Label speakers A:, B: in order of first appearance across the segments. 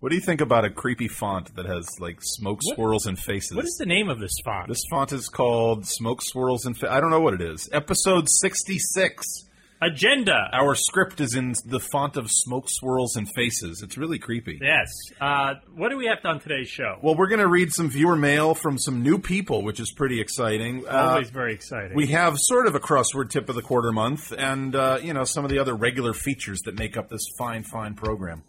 A: What do you think about a creepy font that has like smoke
B: What-
A: swirls and faces?
B: What is the name of this font?
A: This font is called Smoke Swirls and Fa- I don't know what it is. Episode 66.
B: Agenda.
A: Our script is in the font of Smoke Swirls and Faces. It's really creepy.
B: Yes. Uh, what do we have on today's show?
A: Well, we're going to read some viewer mail from some new people, which is pretty exciting. Uh,
B: Always very exciting.
A: we have sort of a crossword tip of the quarter month and, uh, you know, some of the other regular features that make up this fine, fine program.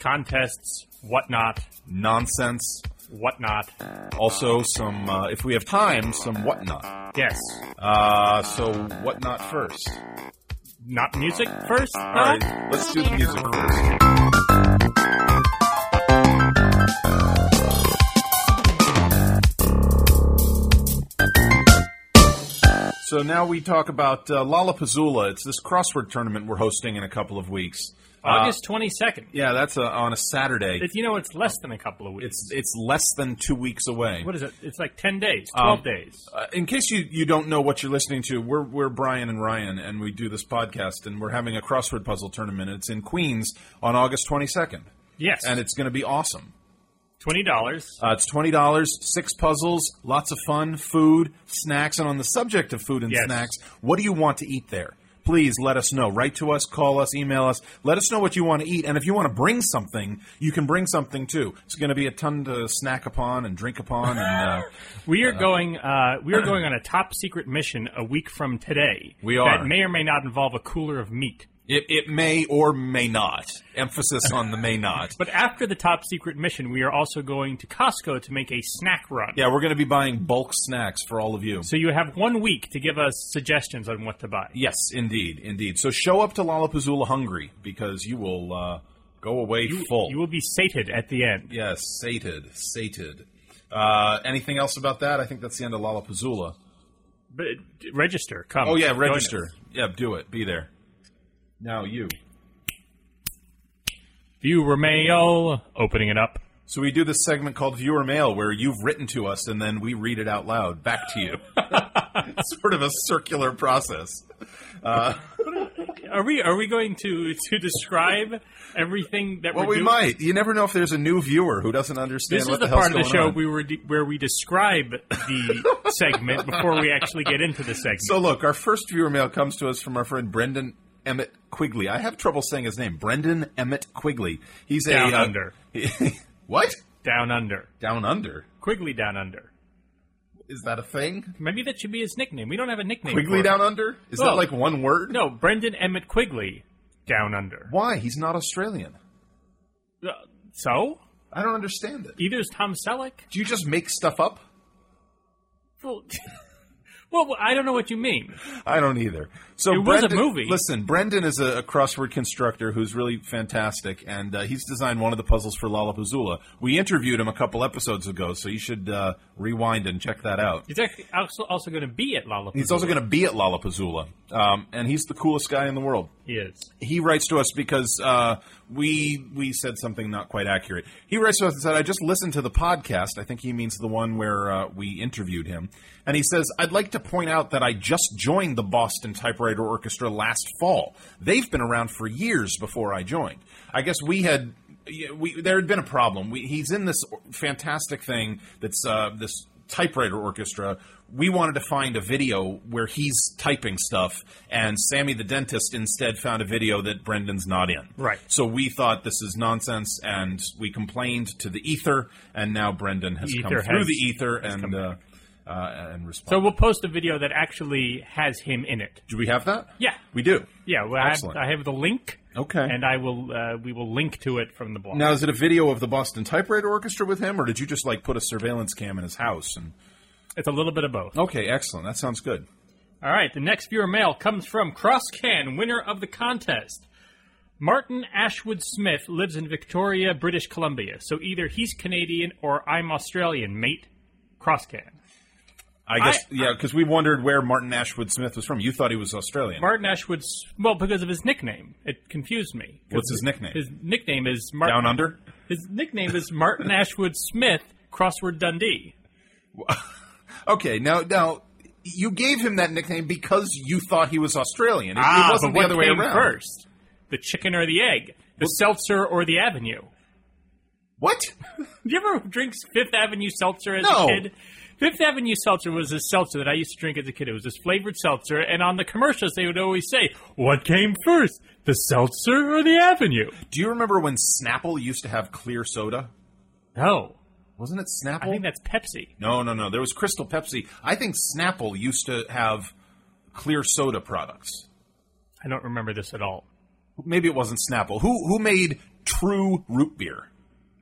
B: Contests, whatnot,
A: Nonsense.
B: whatnot.
A: Also, some, uh, if we have time, some whatnot.
B: Yes.
A: Uh, so, whatnot first?
B: Not music first?
A: All right, let's do the music first. So now we talk about uh, Lollapuzzoola. It's this crossword tournament we're hosting in a couple of weeks. Uh,
B: August 22nd.
A: yeah, that's uh on a Saturday.
B: If you know, it's less than a couple of weeks.
A: It's it's less than two weeks away.
B: what is it? It's like 10 days, 12
A: Um,
B: days.
A: Uh, in case you, you don't know what you're listening to, we're we're Brian and Ryan, and we do this podcast, and we're having a crossword puzzle tournament. It's in Queens on August 22nd.
B: Yes.
A: and it's going to be awesome.
B: $20.
A: Uh, it's twenty dollars, six puzzles, lots of fun, food, snacks, and on the subject of food and
B: Yes.
A: snacks, what do you want to eat there? Please let us know. Write to us, call us, email us. Let us know what you want to eat, and if you want to bring something, you can bring something too. It's going to be a ton to snack upon and drink upon, and uh,
B: We are going. Uh, we are going on a top secret mission a week from today.
A: We are.
B: That may or may not involve a cooler of meat.
A: it, it may or may not. Emphasis on the may not.
B: But after the top secret mission, we are also going to Costco to make a snack run.
A: Yeah, we're going to be buying bulk snacks for all of you.
B: So you have one week to give us suggestions on what to buy.
A: Yes, indeed, indeed. So show up to Lollapuzzoola hungry because you will uh, go away full.
B: You will be sated at the end.
A: yes, sated, sated. Uh, anything else about that? I think that's the end of Lollapuzzoola.
B: But register. Come.
A: Oh yeah,
B: Join
A: register.
B: us.
A: Yeah, do it. Be there. Now you.
B: Viewer mail. Opening it up.
A: So we do this segment called Viewer Mail, where you've written to us and then we read it out loud back to you. It's sort of a circular process.
B: Are we are we going to to describe everything that
A: Well,
B: we're
A: we
B: doing?
A: might. You never know if there's a new viewer who doesn't understand.
B: This
A: what
B: is the,
A: the hell's
B: part of the
A: going
B: show
A: on.
B: we were de- where we describe the segment before we actually get into the segment.
A: So look, our first viewer mail comes to us from our friend Brendan Emmett Quigley. I have trouble saying his name. Brendan Emmett Quigley. He's
B: down
A: a uh,
B: under,
A: what?
B: down under,
A: Down under.
B: Quigley down under.
A: Is that a thing?
B: Maybe that should be his nickname. We don't have a nickname. for
A: Quigley
B: him.
A: down under? Is that
B: Well,
A: like one word?
B: No, Brendan Emmett Quigley down under.
A: Why? He's not Australian.
B: Uh, So
A: I don't understand it.
B: either is Tom Selleck.
A: Do you just make stuff up?
B: Well, well, I don't know what you mean.
A: I don't either. So
B: It was a
A: Brendan,
B: movie.
A: Listen, Brendan is a, a crossword constructor who's really fantastic, and uh, he's designed one of the puzzles for Lollapuzzoola. We interviewed him a couple episodes ago, so you should uh, rewind and check that out.
B: He's actually also, also going to be at Lollapalooza.
A: He's also going to be at Lollapuzzoola, um, and he's the coolest guy in the world.
B: He is.
A: He writes to us because uh, we we said something not quite accurate. He writes to us and said, "I just listened to the podcast. I think he means the one where uh, we interviewed him." And he says, "I'd like to point out that I just joined the Boston Typewriter Orchestra last fall. They've been around for years before I joined. I guess we had." yeah, We, there had been a problem. We, he's in this fantastic thing that's uh, this typewriter orchestra, we wanted to find a video where he's typing stuff, and Sammy the dentist instead found a video that Brendan's not in.
B: Right.
A: So we thought this is nonsense, and we complained to the ether, and now Brendan has
B: The
A: come
B: ether
A: through
B: has-
A: the ether
B: come
A: and uh, uh, and
B: So
A: responded.
B: we'll post a video that actually has him in it.
A: do we have that?
B: Yeah.
A: we do.
B: Yeah, well, I, have,
A: Excellent.
B: I have the link,
A: Okay.
B: and I will. Uh, we will link to it from the blog.
A: now, is it a video of the Boston Typewriter Orchestra with him, or did you just like put a surveillance cam in his house? And
B: It's a little bit of both.
A: okay, excellent. That sounds good.
B: All right, the next viewer mail comes from CrossCan, winner of the contest. Martin Ashwood Smith lives in Victoria, British Columbia, so either he's Canadian or I'm Australian, mate. CrossCan.
A: I guess
B: I-
A: yeah, because we wondered where Martin Ashwood Smith was from. You thought he was Australian.
B: Martin Ashwood, S- well, because of his nickname, it confused me. 'Cause
A: What's his nickname?
B: His nickname is Martin.
A: Down under.
B: His nickname is Martin Ashwood Smith Crossword Dundee.
A: Okay, now now you gave him that nickname because you thought he was Australian. It, it
B: ah,
A: wasn't
B: but
A: the other
B: what
A: way
B: came
A: around.
B: first? The chicken or the egg? The seltzer or the avenue?
A: What?
B: Did you ever drink Fifth Avenue seltzer as
A: No.
B: a kid? Fifth Avenue seltzer was this seltzer that I used to drink as a kid. It was this flavored seltzer, and on the commercials they would always say, "What came first, the seltzer or the Avenue?"
A: Do you remember when Snapple used to have clear soda?
B: No,
A: Wasn't it Snapple?
B: I think that's Pepsi.
A: no, no, no. There was Crystal Pepsi. I think Snapple used to have clear soda products.
B: I don't remember this at all.
A: Maybe it wasn't Snapple. Who who made True Root Beer?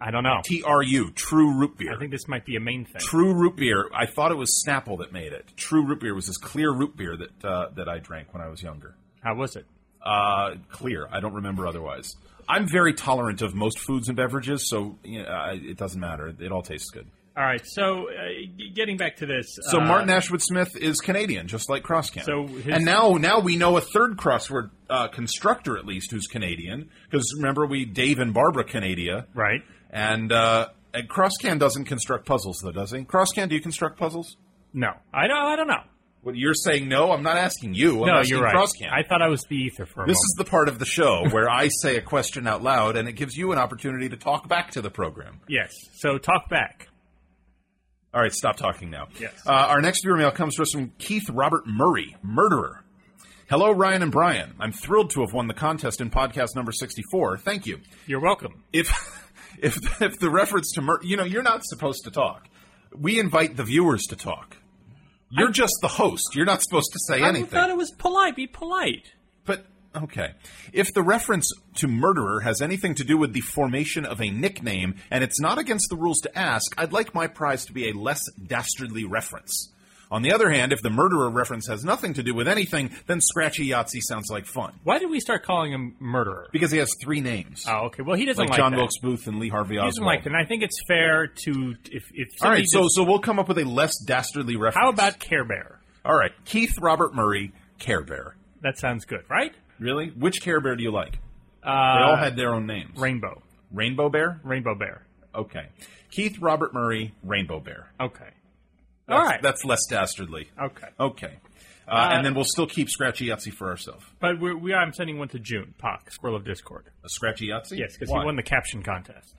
B: I don't know.
A: T R U. True Root Beer.
B: I think this might be a main thing.
A: True root beer. I thought it was Snapple that made it. True root beer was this clear root beer that uh, that I drank when I was younger.
B: How was it?
A: Uh, clear. I don't remember otherwise. I'm very tolerant of most foods and beverages, so you know, I, it doesn't matter. It all tastes good.
B: All right, so uh, g- getting back to this.
A: So
B: uh,
A: Martin Ashwood Smith is Canadian, just like Crosscan.
B: So his-
A: and now now we know a third crossword uh, constructor at least who's Canadian because remember we Dave and Barbara Canadia
B: Right.
A: and. Uh, and Crosscan doesn't construct puzzles, though, does he? Crosscan, do you construct puzzles?
B: No, I don't. I don't know.
A: Well, you're saying no. I'm not asking you. I'm
B: no,
A: asking
B: you're right.
A: Crosscan.
B: I thought I was the ether for a
A: this
B: moment.
A: is the part of the show where I say a question out loud, and it gives you an opportunity to talk back to the program.
B: yes. So talk back.
A: All right, stop talking now.
B: Yes.
A: Uh, our next viewer mail comes to us from Keith Robert Murray, murderer. Hello, Ryan and Brian. I'm thrilled to have won the contest in podcast number 64. Thank you.
B: You're welcome.
A: If if if the reference to murder, you know, you're not supposed to talk. We invite the viewers to talk. You're just the host. You're not supposed to say
B: I
A: anything.
B: thought it was polite. Be polite.
A: But okay, if the reference to murderer has anything to do with the formation of a nickname and it's not against the rules to ask, I'd like my prize to be a less dastardly reference. On the other hand, if the murderer reference has nothing to do with anything, then Scratchy Yahtzee sounds like fun
B: Why did we start calling him murderer?
A: because he has three names,
B: Oh, okay. Well, he doesn't
A: like,
B: like,
A: John
B: that.
A: Wilkes Booth and Lee Harvey
B: He
A: Oswald.
B: doesn't like that. And I think it's fair to if if
A: All
B: somebody
A: right, so
B: just-
A: so we'll come up with a less dastardly reference.
B: how about Care Bear?
A: all right, Keith Robert Murray, Care Bear.
B: That sounds good, right?
A: Really? Which Care Bear do you like?
B: Uh,
A: They all had their own names.
B: rainbow,
A: Rainbow Bear.
B: rainbow bear.
A: Okay. Keith Robert Murray, Rainbow Bear.
B: Okay.
A: That's,
B: all right.
A: That's less dastardly.
B: okay.
A: Okay. Uh, and then we'll still keep Scratchy Yahtzee for ourselves.
B: But we're, we I'm sending one to June Pock, Squirrel of Discord.
A: A Scratchy Yahtzee?
B: Yes, because he
A: Why?
B: won the caption contest.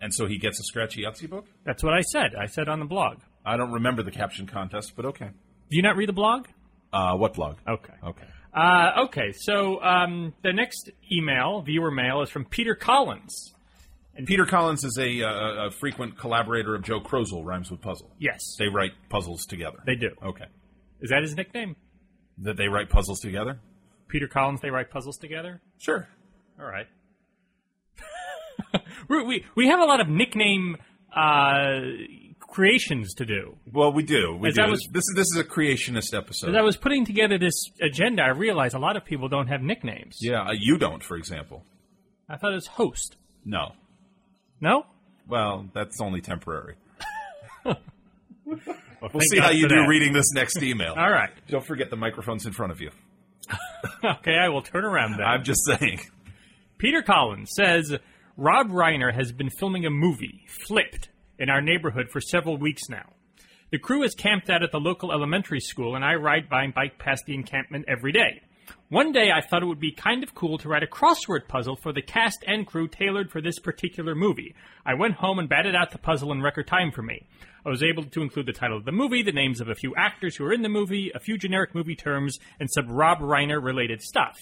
A: And so he gets a Scratchy Yahtzee book?
B: That's what I said. I said on the blog.
A: I don't remember the caption contest, but okay.
B: Do you not read the blog?
A: Uh, what blog?
B: Okay.
A: Okay.
B: Uh, okay, so um, the next email, viewer mail, is from Peter Collins.
A: Peter Collins is a, uh, a frequent collaborator of Joe Krozel, Rhymes with Puzzle.
B: Yes,
A: They write puzzles together.
B: they do.
A: Okay.
B: Is that his nickname?
A: That they write puzzles together?
B: Peter Collins, they write puzzles together?
A: Sure.
B: All right. we, we, we have a lot of nickname uh, creations to do.
A: Well, we do. We
B: As
A: do.
B: I was-
A: this, is, this is a creationist episode.
B: As I was putting together this agenda, I realized a lot of people don't have nicknames.
A: yeah, uh, you don't, for example.
B: I thought it was host.
A: No.
B: No?
A: Well, that's only temporary. we'll
B: thank
A: see how
B: God
A: you
B: for
A: do
B: that.
A: reading this next email.
B: All right.
A: Don't forget the microphone's in front of you.
B: Okay, I will turn around then.
A: I'm just saying.
B: Peter Collins says Rob Reiner has been filming a movie, Flipped, in our neighborhood for several weeks now. The crew is camped out at the local elementary school, and I ride my bike past the encampment every day. One day, I thought it would be kind of cool to write a crossword puzzle for the cast and crew tailored for this particular movie. I went home and batted out the puzzle in record time for me. I was able to include the title of the movie, the names of a few actors who are in the movie, a few generic movie terms, and some Rob Reiner related stuff.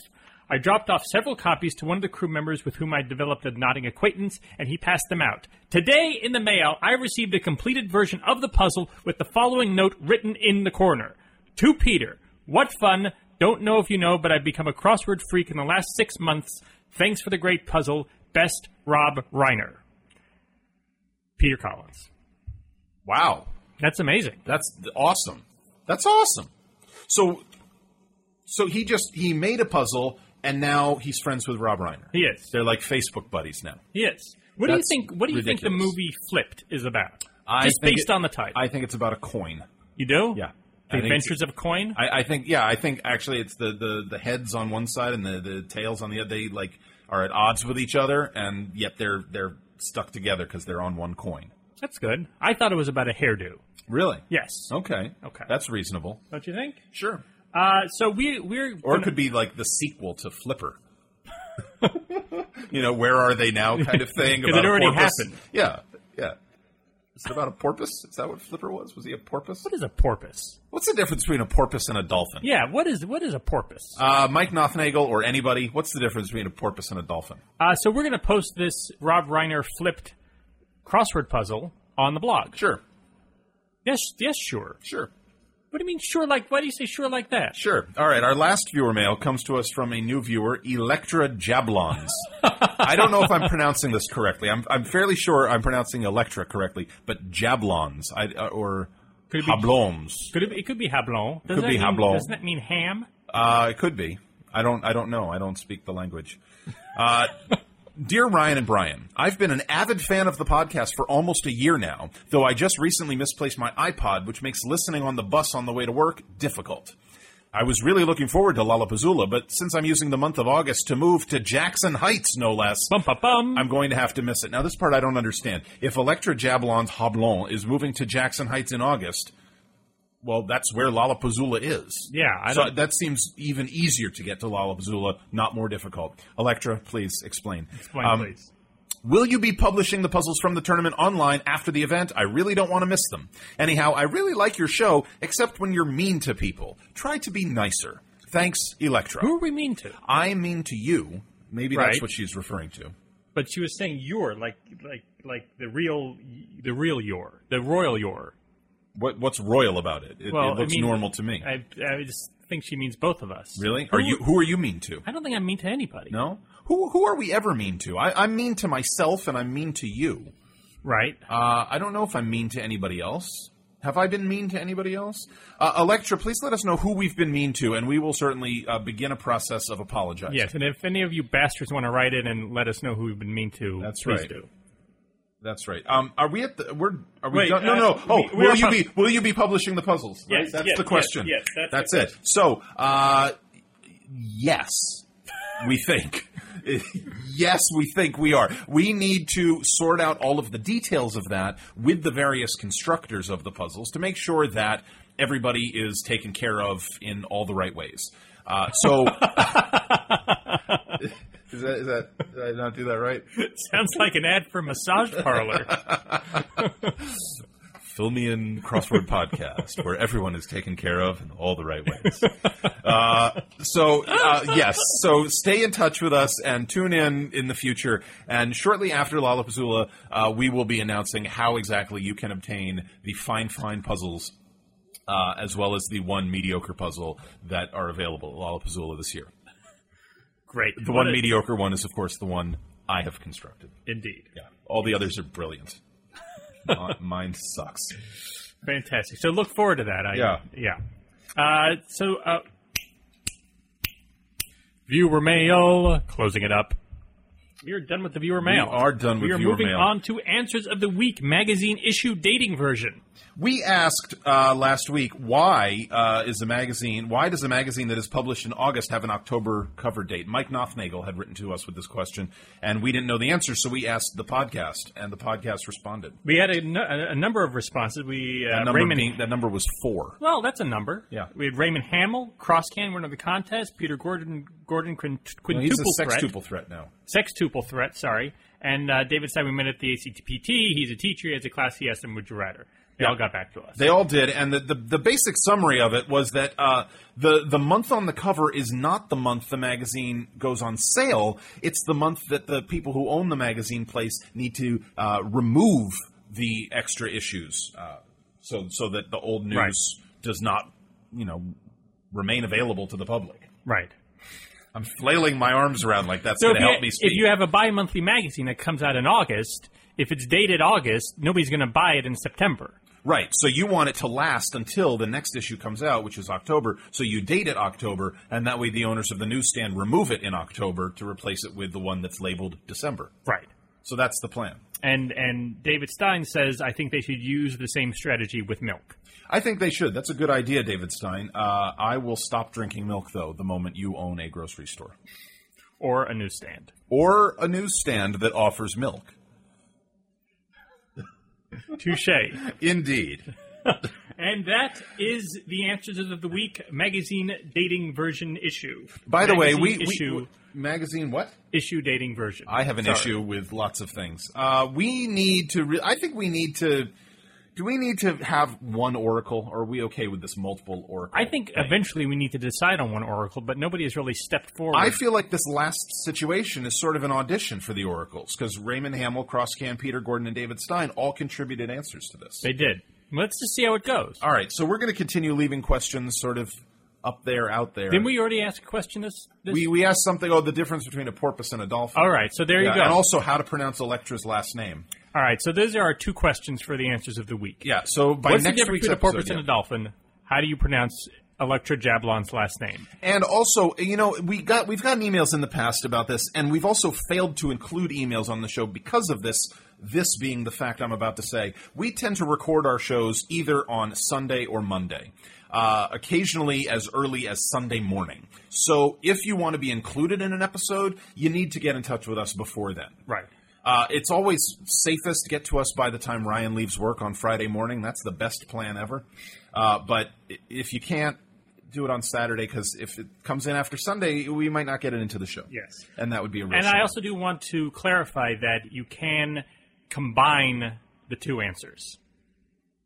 B: I dropped off several copies to one of the crew members with whom I developed a nodding acquaintance, and he passed them out. Today, in the mail, I received a completed version of the puzzle with the following note written in the corner To Peter, what fun! Don't know if you know, but I've become a crossword freak in the last six months. Thanks for the great puzzle. Best Rob Reiner. Peter Collins.
A: Wow.
B: That's amazing.
A: That's th- awesome. That's awesome. So so he just he made a puzzle and now he's friends with Rob Reiner.
B: He is.
A: They're like Facebook buddies now.
B: He is. What do you
A: That's
B: think? What do you think the
A: ridiculous.
B: movie Flipped is about?
A: I
B: Just
A: think
B: based
A: it-
B: on the title.
A: I think it's about a coin.
B: you do?
A: Yeah.
B: The
A: I think it's-
B: Adventures of Coin.
A: I, I think yeah, I think actually it's the, the, the heads on one side and the, the tails on the other. They like are at odds with each other, and yet they're they're stuck together because they're on one coin.
B: That's good. I thought it was about a hairdo. Oh.
A: Really?
B: Yes.
A: Okay.
B: Okay.
A: That's reasonable.
B: Don't you think?
A: Sure.
B: Uh, so we we're
A: Or it could be like the sequel to Flipper. you know, where are they now kind of thing.
B: 'Cause it
A: about a
B: already
A: porpoise.
B: happened.
A: Yeah, yeah. Is it about a porpoise? Is that what Flipper was? Was he a porpoise?
B: What is a porpoise?
A: What's the difference between a porpoise and a dolphin?
B: Yeah, what is what is a porpoise?
A: Uh, Mike Nothnagel or anybody, what's the difference between a porpoise and a dolphin?
B: Uh, so we're going to post this Rob Reiner flipped crossword puzzle on the blog.
A: Sure,
B: Yes, yes, sure.
A: sure.
B: What do you mean sure? Like, why do you say sure like that?
A: Sure. All right. Our last viewer mail comes to us from a new viewer, Electra Jablons. I don't know if I'm pronouncing this correctly. I'm, I'm fairly sure I'm pronouncing Electra correctly, but Jablons I, uh, or
B: Could it be-
A: Jablons.
B: Could it, be- it could be hablon. Doesn't
A: Could
B: that
A: be
B: mean,
A: hablon.
B: Doesn't that mean ham?
A: Uh, it could be. I don't. I don't know. I don't speak the language. Uh, dear Ryan and Brian, I've been an avid fan of the podcast for almost a year now. Though I just recently misplaced my iPod, which makes listening on the bus on the way to work difficult. I was really looking forward to Lollapuzzoola, but since I'm using the month of August to move to Jackson Heights, no less,
B: Bum ba bum.
A: I'm going to have to miss it. Now, this part I don't understand. If Electra Jablon's Hablon is moving to Jackson Heights in August, well, that's where Lollapuzzoola is.
B: Yeah, I
A: so
B: don't-
A: that seems even easier to get to Lollapuzzoola, not more difficult. Electra, please explain.
B: Explain,
A: Um,
B: please.
A: Will you be publishing the puzzles from the tournament online after the event? I really don't want to miss them. Anyhow, I really like your show, except when you're mean to people. Try to be nicer. Thanks, Electra.
B: Who are we mean to?
A: I mean to you. Maybe
B: Right.
A: that's what she's referring to.
B: But she was saying you're like like like the real the real your the royal your.
A: What what's royal about it? It,
B: Well,
A: it looks
B: I mean,
A: normal to me.
B: I I just think she means both of us.
A: really?
B: Who-
A: Are you who are you mean to?
B: I don't think I'm mean to anybody.
A: No. Who who are we ever mean to? I, I'm mean to myself and I'm mean to you.
B: Right.
A: Uh, I don't know if I'm mean to anybody else. Have I been mean to anybody else? Uh, Electra, please let us know who we've been mean to, and we will certainly uh, begin a process of apologizing.
B: Yes, and if any of you bastards want to write in and let us know who we've been mean to,
A: That's
B: please
A: right.
B: do.
A: that's right. Um, are we at the? We're are we
B: Wait,
A: done? No,
B: uh,
A: no. Oh,
B: we- we
A: will
B: are
A: you
B: pub-
A: be will you be publishing the puzzles? right?
B: Yes,
A: that's
B: yes,
A: the
B: yes,
A: question.
B: yes, that's the
A: it. So, uh, yes, we think. yes, we think we are. We need to sort out all of the details of that with the various constructors of the puzzles to make sure that everybody is taken care of in all the right ways. Uh, so. Is that, is that, did I not do that right?
B: Sounds like an ad for a massage parlor.
A: Fill Me In Crossword Podcast, where everyone is taken care of in all the right ways. Uh, so, uh, yes, so stay in touch with us and tune in in the future. And shortly after Lollapuzzoola, uh, we will be announcing how exactly you can obtain the fine, fine puzzles. Uh, as well as the one mediocre puzzle that are available at Lollapuzzoola this year.
B: Great.
A: The one mediocre one is, of course, the one I have constructed.
B: Indeed.
A: Yeah, all the others are brilliant. Mi- Mine sucks.
B: Fantastic. So look forward to that. I,
A: Yeah.
B: Yeah. Uh, so, uh, viewer mail, closing it up. We're done with the viewer mail.
A: are done with
B: We are
A: viewer
B: moving
A: mail.
B: on to Answers of the Week magazine issue dating version.
A: We asked uh, last week why uh, is a magazine why does a magazine that is published in August have an October cover date? Mike Nothnagel had written to us with this question, and we didn't know the answer, so we asked the podcast, and the podcast responded.
B: We had a nu- a a number of responses. We uh,
A: That number,
B: Raymond
A: being- that number was four.
B: Well, that's a number.
A: Yeah.
B: We had Raymond Hamill, Crosscan, winner of the contest, Peter Gordon, Gordon quint-
A: No,
B: quintuple
A: he's a
B: threat,
A: sextuple threat now.
B: sextuple threat, sorry, and uh, David Simonman at the ACTPT. He's a teacher, he has a class, he has some would you rather. They all got back to us.
A: They all did, and the, the, the basic summary of it was that uh, the the month on the cover is not the month the magazine goes on sale. It's the month that the people who own the magazine place need to uh, remove the extra issues, uh, so so that the old news
B: Right.
A: does not, you know, remain available to the public.
B: right.
A: I'm flailing my arms around like that's
B: So
A: going
B: if
A: to
B: you,
A: help me speak.
B: if you have a bi monthly magazine that comes out in August, if it's dated August, nobody's going to buy it in September.
A: Right. So you want it to last until the next issue comes out, which is October. So you date it October, and that way the owners of the newsstand remove it in October to replace it with the one that's labeled December.
B: Right.
A: So that's the plan.
B: And, and David Stein says, I think they should use the same strategy with milk.
A: I think they should. That's a good idea, David Stein. Uh, I will stop drinking milk, though, the moment you own a grocery store
B: Or a newsstand.
A: or a newsstand that offers milk.
B: Touche.
A: Indeed.
B: And that is the Answers of the Week magazine dating version issue.
A: By the way,
B: Magazine
A: we, we-
B: issue
A: we- magazine what?
B: issue dating version.
A: I have an
B: Sorry.
A: issue with lots of things. Uh, we need to. Re- I think we need to. Do we need to have one oracle? Or are we okay with this multiple oracle?
B: I think eventually we need to decide on one oracle, but nobody has really stepped forward.
A: I feel like this last situation is sort of an audition for the oracles because Raymond Hamill, Crosscan, Peter Gordon, and David Stein all contributed answers to this.
B: they did. Let's just see how it goes.
A: all right, so we're going to continue leaving questions sort of up there, out there.
B: Didn't we already ask a question this? this?
A: we we asked something. Oh, the difference between a porpoise and a dolphin.
B: All right, so Oh, there
A: Yeah,
B: you go.
A: And also how to pronounce Electra's last name.
B: All right, so those are our two questions for the answers of the week.
A: Yeah. So by
B: What's the
A: next
B: difference
A: week's
B: between a porpoise
A: episode,
B: and a dolphin? How do you pronounce Electra Jablon's last name?
A: And also, you know, we got we've gotten emails in the past about this, and we've also failed to include emails on the show because of this. This being the fact I'm about to say, we tend to record our shows either on Sunday or Monday, uh, occasionally as early as Sunday morning. So if you want to be included in an episode, you need to get in touch with us before then.
B: Right.
A: Uh, it's always safest to get to us by the time Ryan leaves work on Friday morning. That's the best plan ever. Uh, but i- if you can't, do it on Saturday because if it comes in after Sunday, we might not get it into the show.
B: Yes.
A: and that would be a real
B: And
A: shame.
B: I also do want to clarify that you can combine the two answers.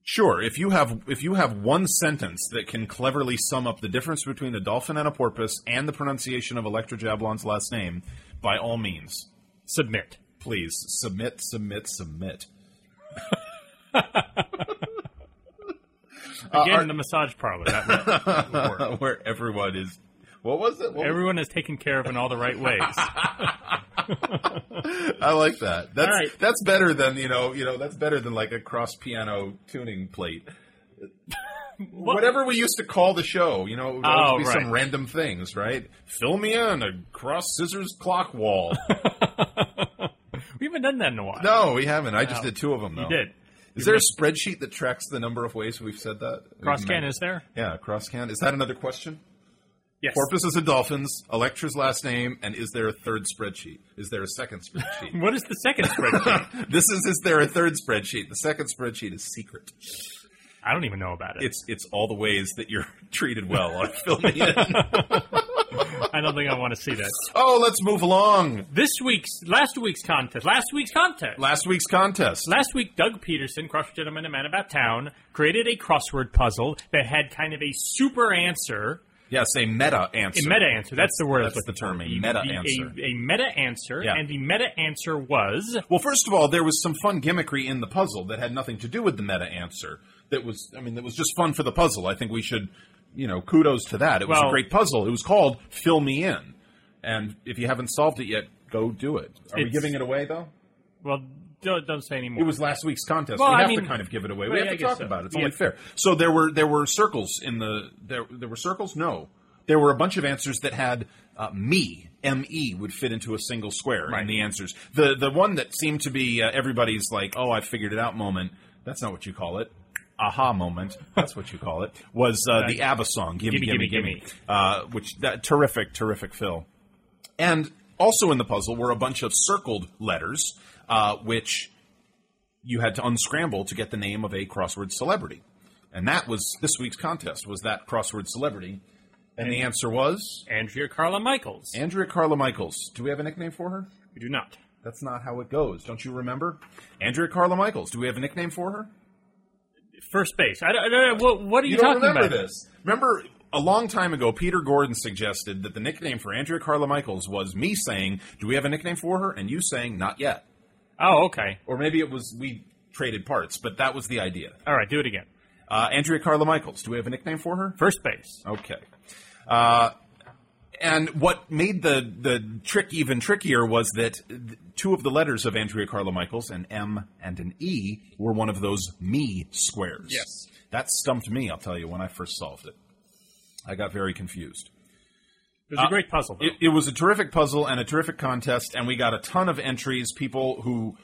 A: sure if you have if you have one sentence that can cleverly sum up the difference between a dolphin and a porpoise and the pronunciation of Electra Jablon's last name, by all means,
B: Submit.
A: please submit, submit, submit.
B: Again, the massage parlor. That would- would work.
A: Where everyone is, what was it? What was
B: Everyone is taken care of in all the right ways.
A: I like that. That's
B: All right.
A: that's better than you know you know that's better than like a cross piano tuning plate. Whatever we used to call the show, you know, it would always
B: Oh,
A: be some
B: right.
A: random things, right? Fill me in a cross scissors clock wall.
B: we haven't done that in a while.
A: no, we haven't. I just did two of them. Though.
B: You did.
A: Is there a spreadsheet that tracks the number of ways we've said that?
B: Cross
A: We've
B: can
A: men-
B: is there?
A: Yeah, cross can. Is that another question?
B: Yes.
A: Porpoises and dolphins, Electra's last name, and is there a third spreadsheet? Is there a second spreadsheet?
B: What is the second spreadsheet?
A: this is is there a third spreadsheet? The second spreadsheet is secret.
B: I don't even know about it.
A: It's it's all the ways that you're treated well on filming in.
B: I don't think I want to see that.
A: oh, let's move along.
B: This week's, last week's contest, last week's contest.
A: Last week's contest.
B: Last week, Doug Peterson, CrossFit Gentleman and Man About Town, created a crossword puzzle that had kind of a super answer,
A: yes, a meta
B: a
A: answer.
B: meta answer. That's the word. I was
A: That's the
B: looking
A: term,
B: for.
A: a
B: The-
A: meta
B: the-
A: answer.
B: A, a meta answer,
A: Yeah.
B: and the meta answer was
A: well, first of all, there was some fun gimmickry in the puzzle that had nothing to do with the meta answer. That was, I mean, that was just fun for the puzzle. I think we should, you know, kudos to that. It was a
B: Well-
A: great puzzle. It was called "Fill Me In," and if you haven't solved it yet, go do it. Are we
B: It's-
A: giving it away though?
B: well, don't, don't say anymore.
A: It was last week's contest.
B: Well,
A: we
B: I
A: have to
B: mean-
A: kind of give it away.
B: Well,
A: We have
B: yeah, I
A: to
B: guess
A: talk
B: so.
A: about it. It's
B: Yeah.
A: only fair. So there were there were circles in the there there were circles. No, there were a bunch of answers that had uh, me M E would fit into a single square in
B: Right.
A: the answers. The the one that seemed to be uh, everybody's like oh I figured it out moment. That's not what you call it. Aha moment. That's what you call it. Was uh, the ABBA song "Gimme Gimme
B: Gimme, Gimme,
A: Gimme,", Uh, which that terrific terrific fill. And also in the puzzle were a bunch of circled letters, uh, which you had to unscramble to get the name of a crossword celebrity. And that was this week's contest was that crossword celebrity. And the answer was
B: Andrea Carla Michaels.
A: Andrea Carla Michaels. Do we have a nickname for her?
B: we do not.
A: That's not how it goes. Don't you remember? Andrea Carla Michaels. Do we have a nickname for her?
B: First base. I don't, I don't know. What, what are
A: You
B: you,
A: don't
B: talking
A: remember
B: about?
A: this. Remember a long time ago, Peter Gordon suggested that the nickname for Andrea Carla Michaels was me saying, Do we have a nickname for her? And you saying, Not yet.
B: Oh, okay.
A: Or maybe it was we traded parts, but that was the idea.
B: All right, do it again.
A: Uh, Andrea Carla Michaels. Do we have a nickname for her?
B: First base.
A: Okay. Uh, and what made the, the trick even trickier was that th- two of the letters of Andrea Carla Michaels, an M and an E, were one of those me squares.
B: Yes.
A: That stumped me, I'll tell you, when I first solved it. I got very confused.
B: It was a great puzzle. Though.
A: Uh, It, it was a terrific puzzle and a terrific contest, and we got a ton of entries. People who,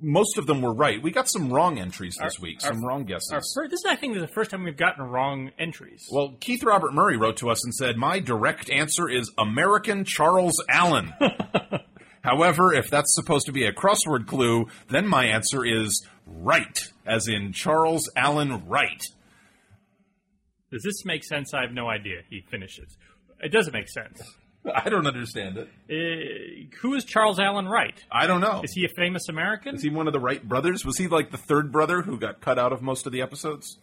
A: most of them were right. We got some wrong entries this week, some wrong guesses.
B: Our fir- this is, I think, the first time we've gotten wrong entries.
A: Well, Keith Robert Murray wrote to us and said, My direct answer is American Charles Allen. However, if that's supposed to be a crossword clue, then my answer is right, as in Charles Allen Wright.
B: Does this make sense? I have no idea. He finishes. It doesn't make sense.
A: I don't understand it.
B: Uh, who is Charles Allen Wright?
A: I don't know.
B: Is he a famous American?
A: Is he one of the Wright brothers? Was he like the third brother who got cut out of most of the episodes?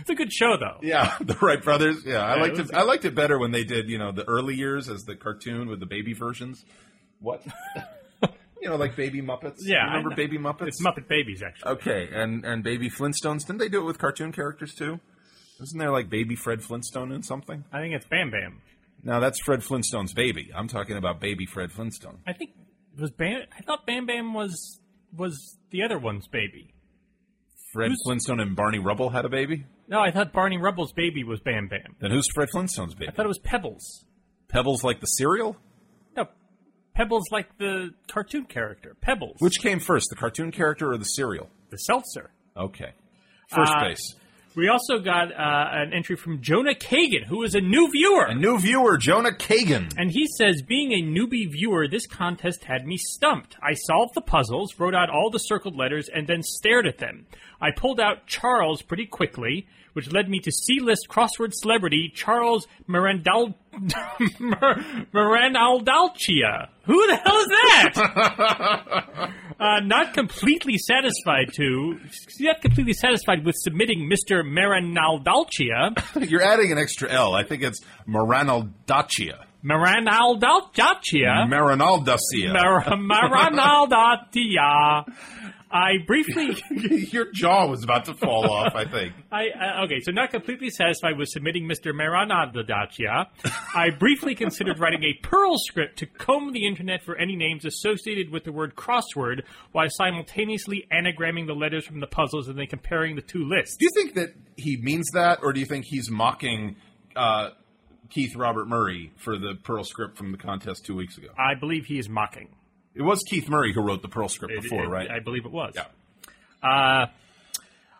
B: It's a good show, though.
A: Yeah, the Wright brothers. Yeah, I
B: Yeah,
A: liked
B: it
A: it.
B: was
A: I liked it better when they did, you know, the early years as the cartoon with the baby versions. What? you know, like baby Muppets.
B: Yeah,
A: You remember
B: I know.
A: baby Muppets?
B: It's Muppet Babies, actually.
A: okay, and and baby Flintstones. Didn't they do it with cartoon characters too? Isn't there like baby Fred Flintstone and something?
B: I think it's Bam Bam.
A: Now that's Fred Flintstone's baby. I'm talking about baby Fred Flintstone.
B: I think it was Bam. I thought Bam Bam was was the other one's baby.
A: Fred
B: Who's-
A: Flintstone and Barney Rubble had a baby.
B: No, I thought Barney Rubble's baby was Bam Bam.
A: Then who's Fred Flintstone's
B: I
A: baby?
B: thought it was Pebbles.
A: Pebbles like the cereal?
B: No, Pebbles like the cartoon character. Pebbles,
A: Which came first, the cartoon character or the cereal?
B: the seltzer.
A: Okay. First
B: Uh,
A: base.
B: We also got uh, an entry from Jonah Kagan, who is a new viewer.
A: A new viewer, Jonah Kagan.
B: And he says, being a newbie viewer, this contest had me stumped. I solved the puzzles, wrote out all the circled letters, and then stared at them. I pulled out Charles pretty quickly, which led me to C-list crossword celebrity Charles Mirandal- Mir- Mirandaldalcia. Who the hell is that? uh, not completely satisfied to, not completely satisfied with submitting Mr. Mirandaldalcia.
A: You're adding an extra L. I think it's Maranaldachia.
B: Mirandaldalcia.
A: Marinaldacia.
B: Mar- Maranaldatia. I briefly,
A: Your jaw was about to fall off, I think.
B: I uh, okay, so not completely satisfied with submitting Mr. Maranaldatia, I briefly considered writing a Perl script to comb the internet for any names associated with the word crossword, while simultaneously anagramming the letters from the puzzles and then comparing the two lists.
A: Do you think that he means that, or do you think he's mocking uh, Keith Robert Murray for the Pearl script from the contest two weeks ago?
B: I believe he is mocking.
A: It was Keith Murray who wrote the Pearl script
B: It-
A: before,
B: it-
A: right?
B: I believe it was.
A: Yeah.
B: Uh,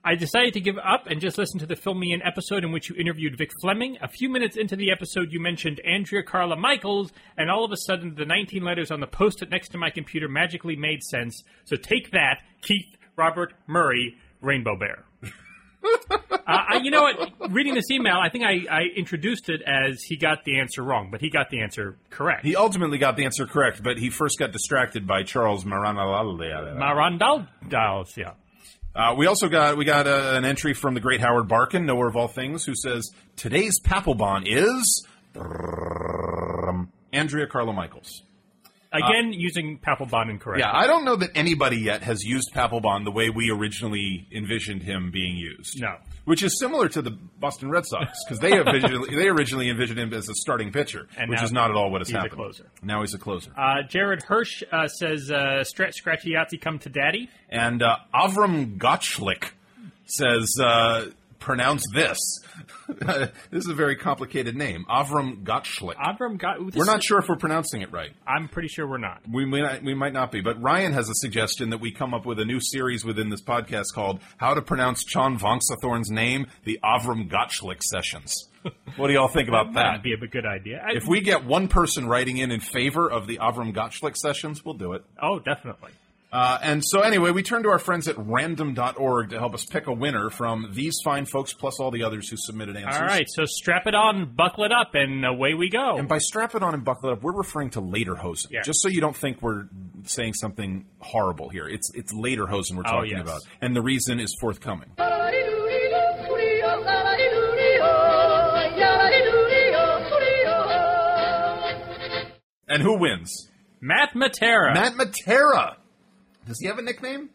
B: I decided to give up and just listen to the Fill Me In episode in which you interviewed Vic Fleming. A few minutes into the episode, you mentioned Andrea Carla Michaels, and all of a sudden, the 19 letters on the post it next to my computer magically made sense. So take that, Keith Robert Murray, Rainbow Bear. uh, I, you know what? Reading this email, I think I, I introduced it as he got the answer wrong, but he got the answer correct.
A: he ultimately got the answer correct, but he first got distracted by Charles Maranaldacia.
B: Marandaldals, yeah.
A: Uh, we also got we got uh, an entry from the great Howard Barkin, knower of all things, who says today's Papelbon is Andrea Carla Michaels. Uh,
B: Again, using Papelbon incorrectly.
A: Yeah, I don't know that anybody yet has used Papelbon the way we originally envisioned him being used.
B: No.
A: which is similar to the Boston Red Sox because they originally they originally envisioned him as a starting pitcher,
B: And
A: which
B: now
A: is not at all what has
B: he's a
A: happened.
B: closer.
A: Now he's a closer.
B: Uh, Jared Hirsch uh, says, uh, "Stretch Scratchy Yahtzee come to daddy."
A: and uh, Avram Gotchlik says, uh, pronounce this. this is a very complicated name. Avram Gotchlik.
B: Avram got.
A: We're not sure if we're pronouncing it right.
B: I'm pretty sure we're not.
A: We may not, we might not be, but Ryan has a suggestion that we come up with a new series within this podcast called "How to Pronounce Chon Vongsathorn's Name: The Avram Gotchlik Sessions." What do y'all think about that?
B: That'd be a good idea. I-
A: If we get one person writing in in favor of the Avram Gotchlik Sessions, we'll do it.
B: oh, definitely.
A: Uh, and so, anyway, we turn to our friends at random.org to help us pick a winner from these fine folks plus all the others who submitted answers.
B: All right, so strap it on, buckle it up, and away we go.
A: And by strap it on and buckle it up, we're referring to lederhosen.
B: Yeah.
A: Just so you don't think we're saying something horrible here. It's it's lederhosen we're talking
B: Oh, yes.
A: about. And the reason is forthcoming. And who wins?
B: Matt Matera.
A: Matt Matera. Does he have a nickname?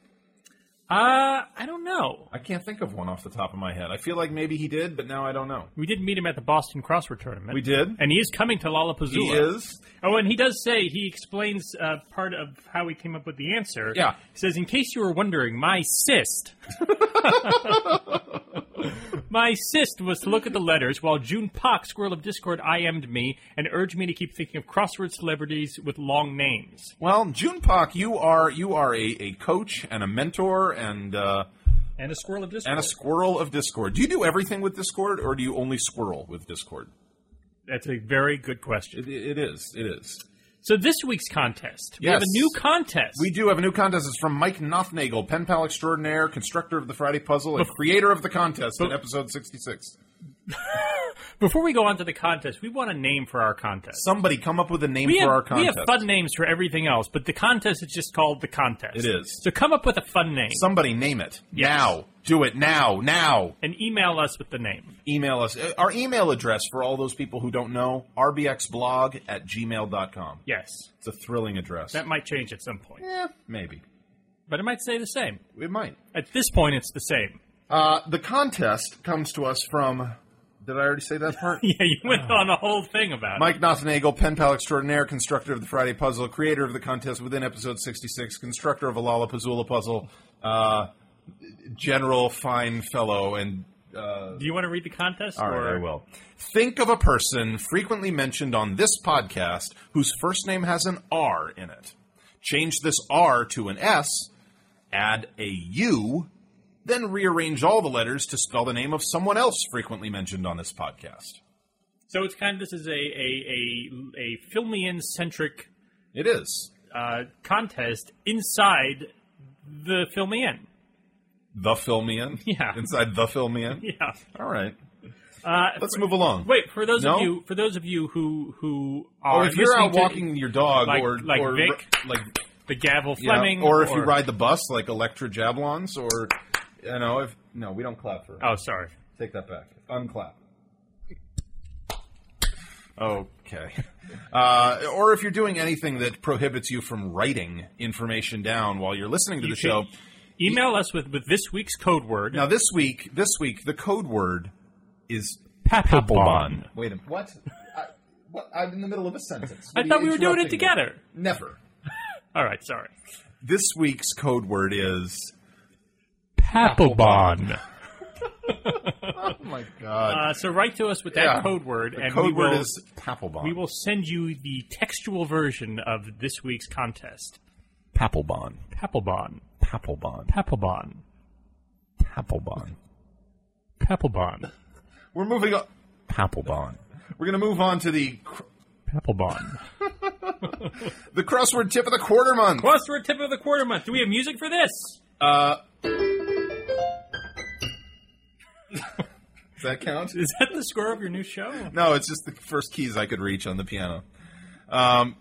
B: uh, I don't know.
A: I can't think of one off the top of my head. I feel like maybe he did, but now I don't know.
B: We did meet him at the Boston Crossword Tournament.
A: We did.
B: and he is coming to Lollapalooza.
A: He is.
B: Oh, and he does say he explains uh, part of how he came up with the answer.
A: Yeah.
B: he says, "In case you were wondering, my cyst, my cyst was to look at the letters while June Pock, Squirrel of Discord, IM'd me and urged me to keep thinking of crossword celebrities with long names."
A: Well, June Pak, you are you are a, a coach and a mentor and uh,
B: And a Squirrel of Discord.
A: and a squirrel of Discord. Do you do everything with Discord, or do you only squirrel with Discord?
B: That's a very good question.
A: It, it is. It is.
B: So this week's contest, we have
A: Yes.
B: a new contest.
A: We do have a new contest. It's from Mike Knopfnagel, pen pal extraordinaire, constructor of the Friday puzzle, and creator of the contest in episode 66.
B: Before we go on to the contest, we want a name for our contest.
A: Somebody come up with a name
B: we,
A: for
B: have,
A: our
B: we
A: contest.
B: have fun names for everything else, but the contest is just called the contest.
A: It is.
B: So come up with a fun name
A: Somebody name it.
B: Yes.
A: Now. Do it now. Now.
B: and email us with the name.
A: Email us. Uh, Our email address for all those people who don't know, rbxblog at gmail.com.
B: Yes,
A: It's a thrilling address.
B: that might change at some point,
A: Eh, maybe.
B: but it might stay the same.
A: It might.
B: At this point, it's the same.
A: Uh, the contest comes to us from. Did I already say that part?
B: Yeah, you went
A: Ah.
B: on a whole thing about it.
A: Mike Nothnagel, pen pal extraordinaire, constructor of the Friday puzzle, creator of the contest within episode 66, constructor of a Lollapuzzoola puzzle, uh, general fine fellow, and. Uh,
B: Do you want to read the contest?
A: all right,
B: or-
A: I will. Think of a person frequently mentioned on this podcast whose first name has an R in it. Change this R to an S, add a U, then rearrange all the letters to spell the name of someone else frequently mentioned on this podcast.
B: So it's kind of this is a a a, a Filmian centric
A: It is.
B: uh, contest inside the Filmian.
A: The Filmian?
B: Yeah.
A: Inside the Filmian?
B: Yeah.
A: All right.
B: Uh,
A: Let's move along.
B: Wait for those
A: No?
B: of you for those of you who who
A: Oh,
B: are
A: if you're
B: listening
A: out
B: to
A: walking your dog
B: like-
A: or
B: like
A: or
B: Vic?
A: like
B: the gavel
A: yeah,
B: Fleming,
A: or if you ride the bus like Electra Jablons or you know, if no, we don't clap for her.
B: Oh, sorry.
A: Take that back. Unclap. Okay. Uh, or if you're doing anything that prohibits you from writing information down while you're listening to
B: You
A: the
B: can-
A: show.
B: Email us with with this week's code word.
A: Now this week, this week the code word is
B: Papelbon.
A: Wait a what? I, what? I'm in the middle of a sentence.
B: I
A: What are
B: thought
A: you
B: we were doing
A: interrupting
B: it
A: me?
B: together.
A: Never.
B: All right, sorry.
A: This week's code word is.
B: Papelbon.
A: Oh my god.
B: Uh, so write to us with that
A: Yeah.
B: code word,
A: the
B: and
A: code
B: we will
A: word is Papelbon.
B: we will send you the textual version of this week's contest.
A: Papelbon.
B: Papelbon.
A: Papelbon.
B: Papelbon.
A: Papelbon.
B: Papelbon.
A: We're moving on. Papelbon. We're going to move on to the cr-
B: Papelbon.
A: the crossword tip of the quarter month.
B: Crossword tip of the quarter month. Do we have music for this?
A: Uh, does that count?
B: Is that the score of your new show?
A: No, it's just the first keys I could reach on the piano. Um,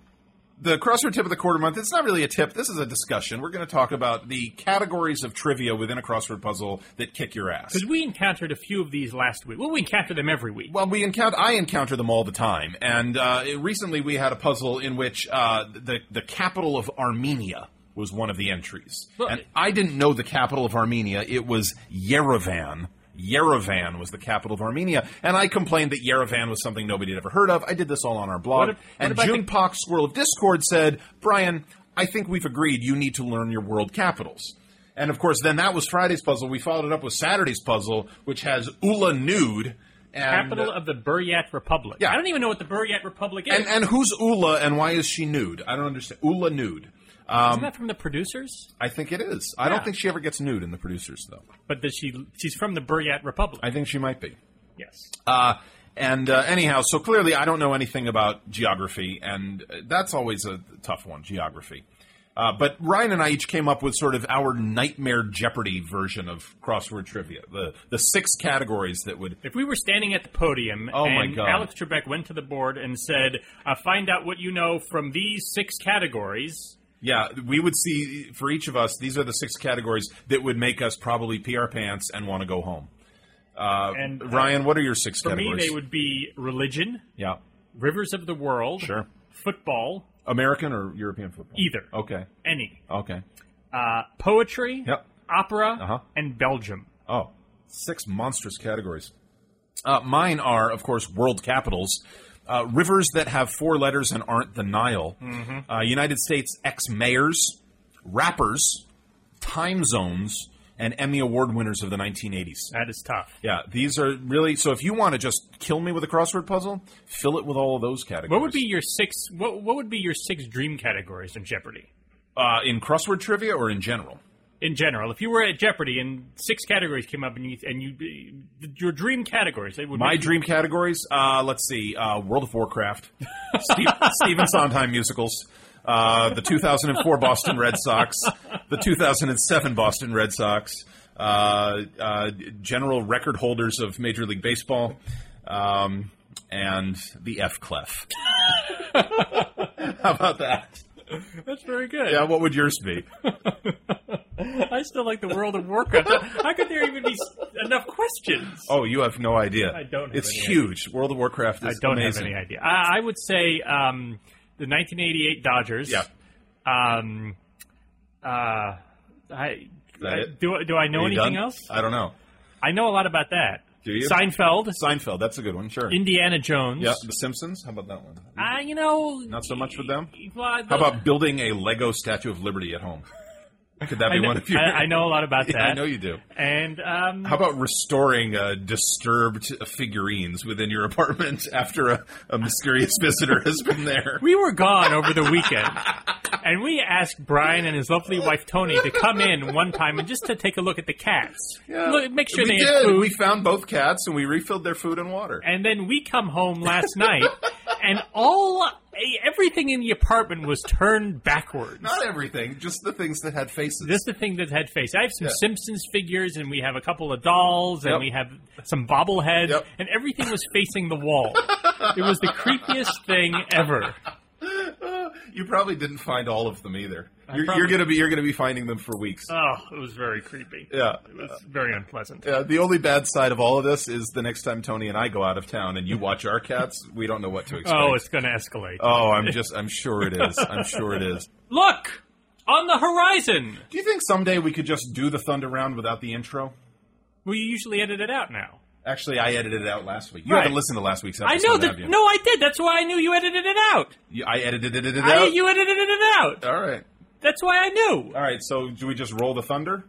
A: the crossword tip of the quarter month. It's not really a tip. This is a discussion. We're going to talk about the categories of trivia within a crossword puzzle that kick your ass.
B: Because we encountered a few of these last week. Well, we encounter them every week.
A: Well, we encounter I encounter them all the time, and uh, it- recently we had a puzzle in which uh, the the capital of Armenia was one of the entries,
B: Look-
A: and I didn't know the capital of Armenia. It was Yerevan. Yerevan was the capital of Armenia, and I complained that Yerevan was something nobody had ever heard of. I did this all on our blog,
B: What if- what
A: and
B: about the-
A: June Pock Squirrel of Discord said, "Brian, I think we've agreed you need to learn your world capitals." And of course, then that was Friday's puzzle. We followed it up with Saturday's puzzle, which has Ula Nude. And, uh,
B: Capital of the Buryat Republic.
A: Yeah.
B: I don't even know what the Buryat Republic is.
A: And and who's Ula and why is she nude? I don't understand. Ula nude. Um,
B: Isn't that from the producers?
A: I think it is. I don't
B: Yeah.
A: think she ever gets nude in the producers though.
B: But does she? She's from the Buryat Republic.
A: I think she might be.
B: yes.
A: Uh, and uh, anyhow, so clearly I don't know anything about geography, and uh, that's always a tough one, geography. Uh, but Ryan and I each came up with sort of our nightmare Jeopardy version of crossword trivia, the the six categories that would
B: If we were standing at the podium
A: Oh, my
B: and
A: God.
B: Alex Trebek went to the board and said, uh, "Find out what you know from these six categories."
A: Yeah, we would see for each of us. These are the six categories that would make us probably pee our pants and want to go home. Uh,
B: And, uh,
A: Ryan, what are your six
B: For
A: categories?
B: me, they would be religion,
A: yeah,
B: rivers of the world,
A: sure.
B: football,
A: American or European football?
B: Either.
A: Okay.
B: any,
A: Okay.
B: uh, poetry,
A: Yep.
B: opera,
A: Uh-huh.
B: and Belgium.
A: Oh, six monstrous categories. Uh, mine are, of course, world capitals. Uh, rivers that have four letters and aren't the Nile.
B: Mm-hmm.
A: Uh, United States ex mayors, rappers, time zones, and Emmy Award winners of the 1980s.
B: That is tough.
A: Yeah, these are really. So if you want to just kill me with a crossword puzzle, fill it with all of those categories.
B: What would be your six? What what would be your six dream categories in Jeopardy?
A: uh, in crossword trivia or in general?
B: in general, if you were at Jeopardy and six categories came up and you and you your dream categories, it would
A: My
B: make you-
A: dream categories? Uh, let's see. Uh, World of Warcraft, Steve, Stephen Sondheim musicals, uh, the 2004 Boston Red Sox, the 2007 Boston Red Sox, uh, uh, general record holders of Major League Baseball, um, and the F clef. How about that?
B: that's very good.
A: Yeah, what would yours be?
B: I still like the World of Warcraft. How could there even be s- enough questions?
A: Oh, you have no idea.
B: I don't have
A: It's
B: any
A: huge. World of Warcraft
B: I
A: is
B: don't
A: amazing.
B: have any idea. I, I would say um, the 1988 Dodgers.
A: Yeah.
B: Um, uh, I,
A: that
B: I-
A: it?
B: do I- do I
A: Are
B: know
A: you
B: anything
A: done?
B: else?
A: I don't know.
B: I know a lot about that.
A: Do you?
B: Seinfeld,
A: Seinfeld, that's a good one, sure.
B: Indiana Jones.
A: Yeah, The Simpsons. How about that one?
B: Uh, you know,
A: Not so much with them?
B: Well,
A: How about building a Lego Statue of Liberty at home? Could that
B: I
A: be
B: know,
A: one of your?
B: I, I know a lot about
A: Yeah,
B: that.
A: I know you do.
B: And um,
A: How about restoring uh, disturbed figurines within your apartment after a, a mysterious visitor has been there?
B: we were gone over the weekend, and we asked Brian and his lovely wife Tony to come in one time and just to take a look at the cats,
A: Yeah.
B: look, make sure
A: we
B: they
A: did.
B: had food.
A: We found both cats and we refilled their food and water.
B: And then we come home last night, and all everything in the apartment was turned backwards.
A: Not everything, just the things that had faces.
B: This is the thing that had face. I have some
A: Yeah.
B: Simpsons figures, and we have a couple of dolls, and
A: Yep.
B: we have some bobbleheads,
A: Yep.
B: and everything was facing the wall. it was the creepiest thing ever.
A: you probably didn't find all of them either. You're,
B: probably-
A: you're gonna be you're gonna be finding them for weeks.
B: Oh, it was very creepy.
A: yeah.
B: It was very unpleasant.
A: Yeah, Uh, the only bad side of all of this is the next time Tony and I go out of town and you watch our cats, we don't know what to expect.
B: Oh, it's going to escalate.
A: Oh, I'm just, I'm sure it is. I'm sure it is.
B: Look! On the horizon!
A: Do you think someday we could just do the thunder round without the intro?
B: We usually edit it out now.
A: Actually, I edited it out last week. You
B: Right.
A: haven't listened to last week's
B: I
A: episode.
B: know
A: have
B: that.
A: you?
B: No, I did. That's why I knew you edited it out.
A: You- I edited it,
B: I-
A: out.
B: you edited it out.
A: all right,
B: That's why I knew.
A: all right. So, do we just roll the thunder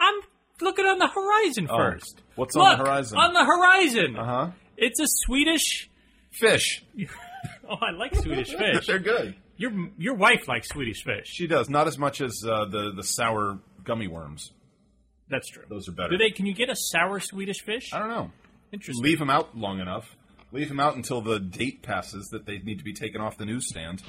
B: I'm looking on the horizon
A: Oh,
B: first.
A: What's
B: Look,
A: on the horizon?
B: On the horizon.
A: uh huh.
B: It's a Swedish.
A: Fish.
B: Oh, I like Swedish fish.
A: They're good.
B: Your your wife likes Swedish fish.
A: She does not as much as uh, the the sour gummy worms.
B: That's true.
A: Those are better.
B: Do they? Can you get a sour Swedish fish?
A: I don't know.
B: Interesting.
A: Leave them out long enough. Leave them out until the date passes that they need to be taken off the newsstand.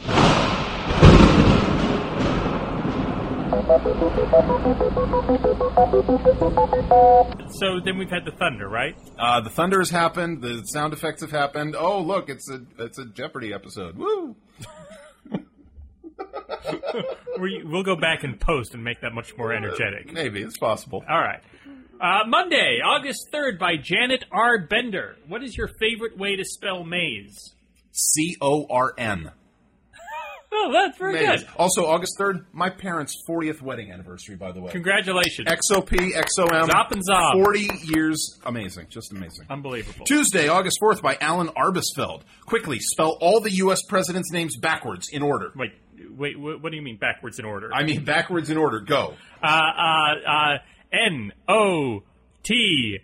B: So then we've had the thunder, right?
A: Uh, the thunder has happened. The sound effects have happened. Oh, look, it's a it's a Jeopardy episode. Woo!
B: We, we'll go back and post and make that much more energetic.
A: Maybe it's possible.
B: All right. Uh, Monday, August 3rd, by Janet R. Bender. What is your favorite way to spell maze?
A: C O R N.
B: Oh, that's very good.
A: Also, August third, my parents' fortieth wedding anniversary. By the way,
B: Congratulations.
A: XOP XOM.
B: Zop and Uh, zob.
A: Forty years, amazing, just amazing.
B: Unbelievable.
A: Tuesday, August fourth, by Alan Arbisfeld. Quickly spell all the U.S. presidents' names backwards in order.
B: Wait, wait, wh- what do you mean backwards in order?
A: I mean backwards in order. Go.
B: Uh, uh, uh, N O T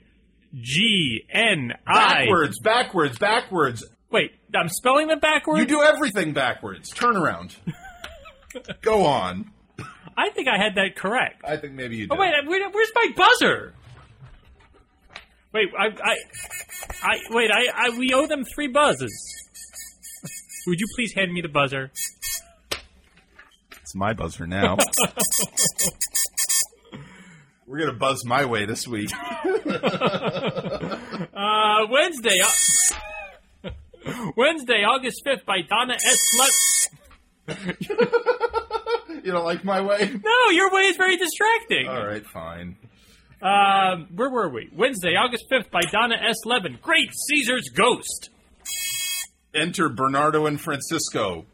B: G N I.
A: Backwards, backwards, backwards.
B: Wait, I'm spelling them backwards?
A: You do everything backwards. Turn around. Go on.
B: I think I had that correct.
A: I think maybe you did.
B: Oh, wait, where, where's my buzzer? Wait, I, I, I, wait, I, I, we owe them three buzzes. Would you please hand me the buzzer?
A: It's my buzzer now. We're gonna buzz my way this week.
B: Uh, Wednesday, Au- Wednesday, August 5th by Donna S. Slut.
A: You don't like my way?
B: No, your way is very distracting.
A: All right, fine.
B: Um, where were we? Wednesday, August 5th by Donna S. Levin. Great Caesar's Ghost.
A: Enter Bernardo and Francisco.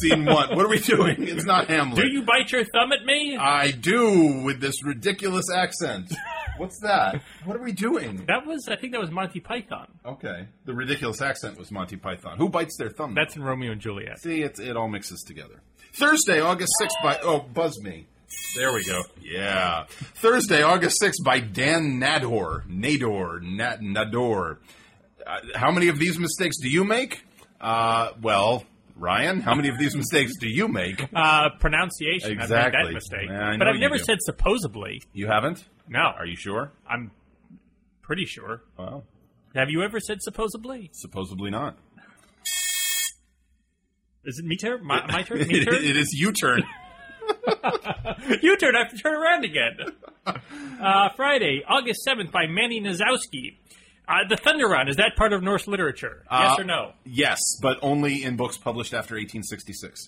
A: Scene one. What are we doing? It's not Hamlet.
B: Do you bite your thumb at me? Uh,
A: I do with this ridiculous accent. What's that? What are we doing?
B: that was, I think that was Monty Python.
A: Okay. The ridiculous accent was Monty Python. Who bites their thumb?
B: That's in Romeo and Juliet.
A: See, it's, it all mixes together. Thursday, August 6th by. Oh, buzz me. There we go. Yeah. Thursday, August 6th by Dan Nador. Nador. Nat, Nador. Uh, how many of these mistakes do you make? Uh, well, Ryan, how many of these mistakes do you make?
B: Uh, pronunciation. I've made
A: Exactly.
B: that mistake.
A: Yeah, I
B: but
A: know
B: I've
A: you
B: never
A: do.
B: said supposedly.
A: You haven't?
B: No.
A: Are you sure?
B: I'm pretty sure.
A: Well,
B: Have you ever said supposedly?
A: supposedly not.
B: Is it me turn? My, my turn? Me
A: It-
B: turn?
A: it is U turn.
B: you turn. I have to turn around again. Uh, Friday, August 7th by Manny Nazowski. Uh, the Thunder Run, is that part of Norse literature? yes
A: Uh,
B: or no?
A: Yes, but only in books published after 1866.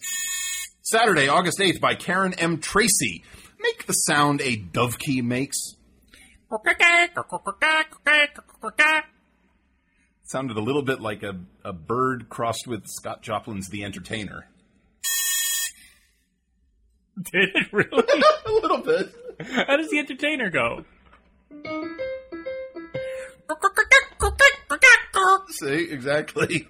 A: Saturday, August 8th, by Karen M. Tracy. Make the sound a dovekie makes. Sounded a little bit like a, a bird crossed with Scott Joplin's The Entertainer.
B: Did it really?
A: A little bit.
B: How does the entertainer go?
A: See, exactly.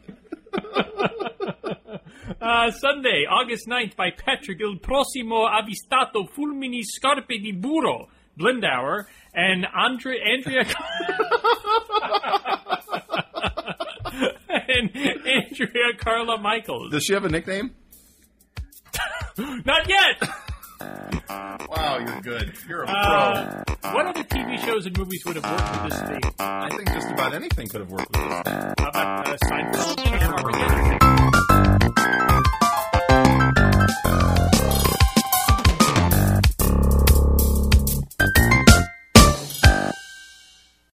B: Uh, Sunday, August 9th by Patrick Il Prossimo Avvistato Fulmini Scarpe di Burro, Blindauer, and Andre, Andrea. and Andrea Carla Michaels.
A: Does she have a nickname?
B: Not yet!
A: Wow, you're good. You're a
B: Uh, what other TV shows and movies would have worked with this theme?
A: pro. I think just about anything could have worked with this.
B: How about uh, Seinfeld? How about Rick Anderson?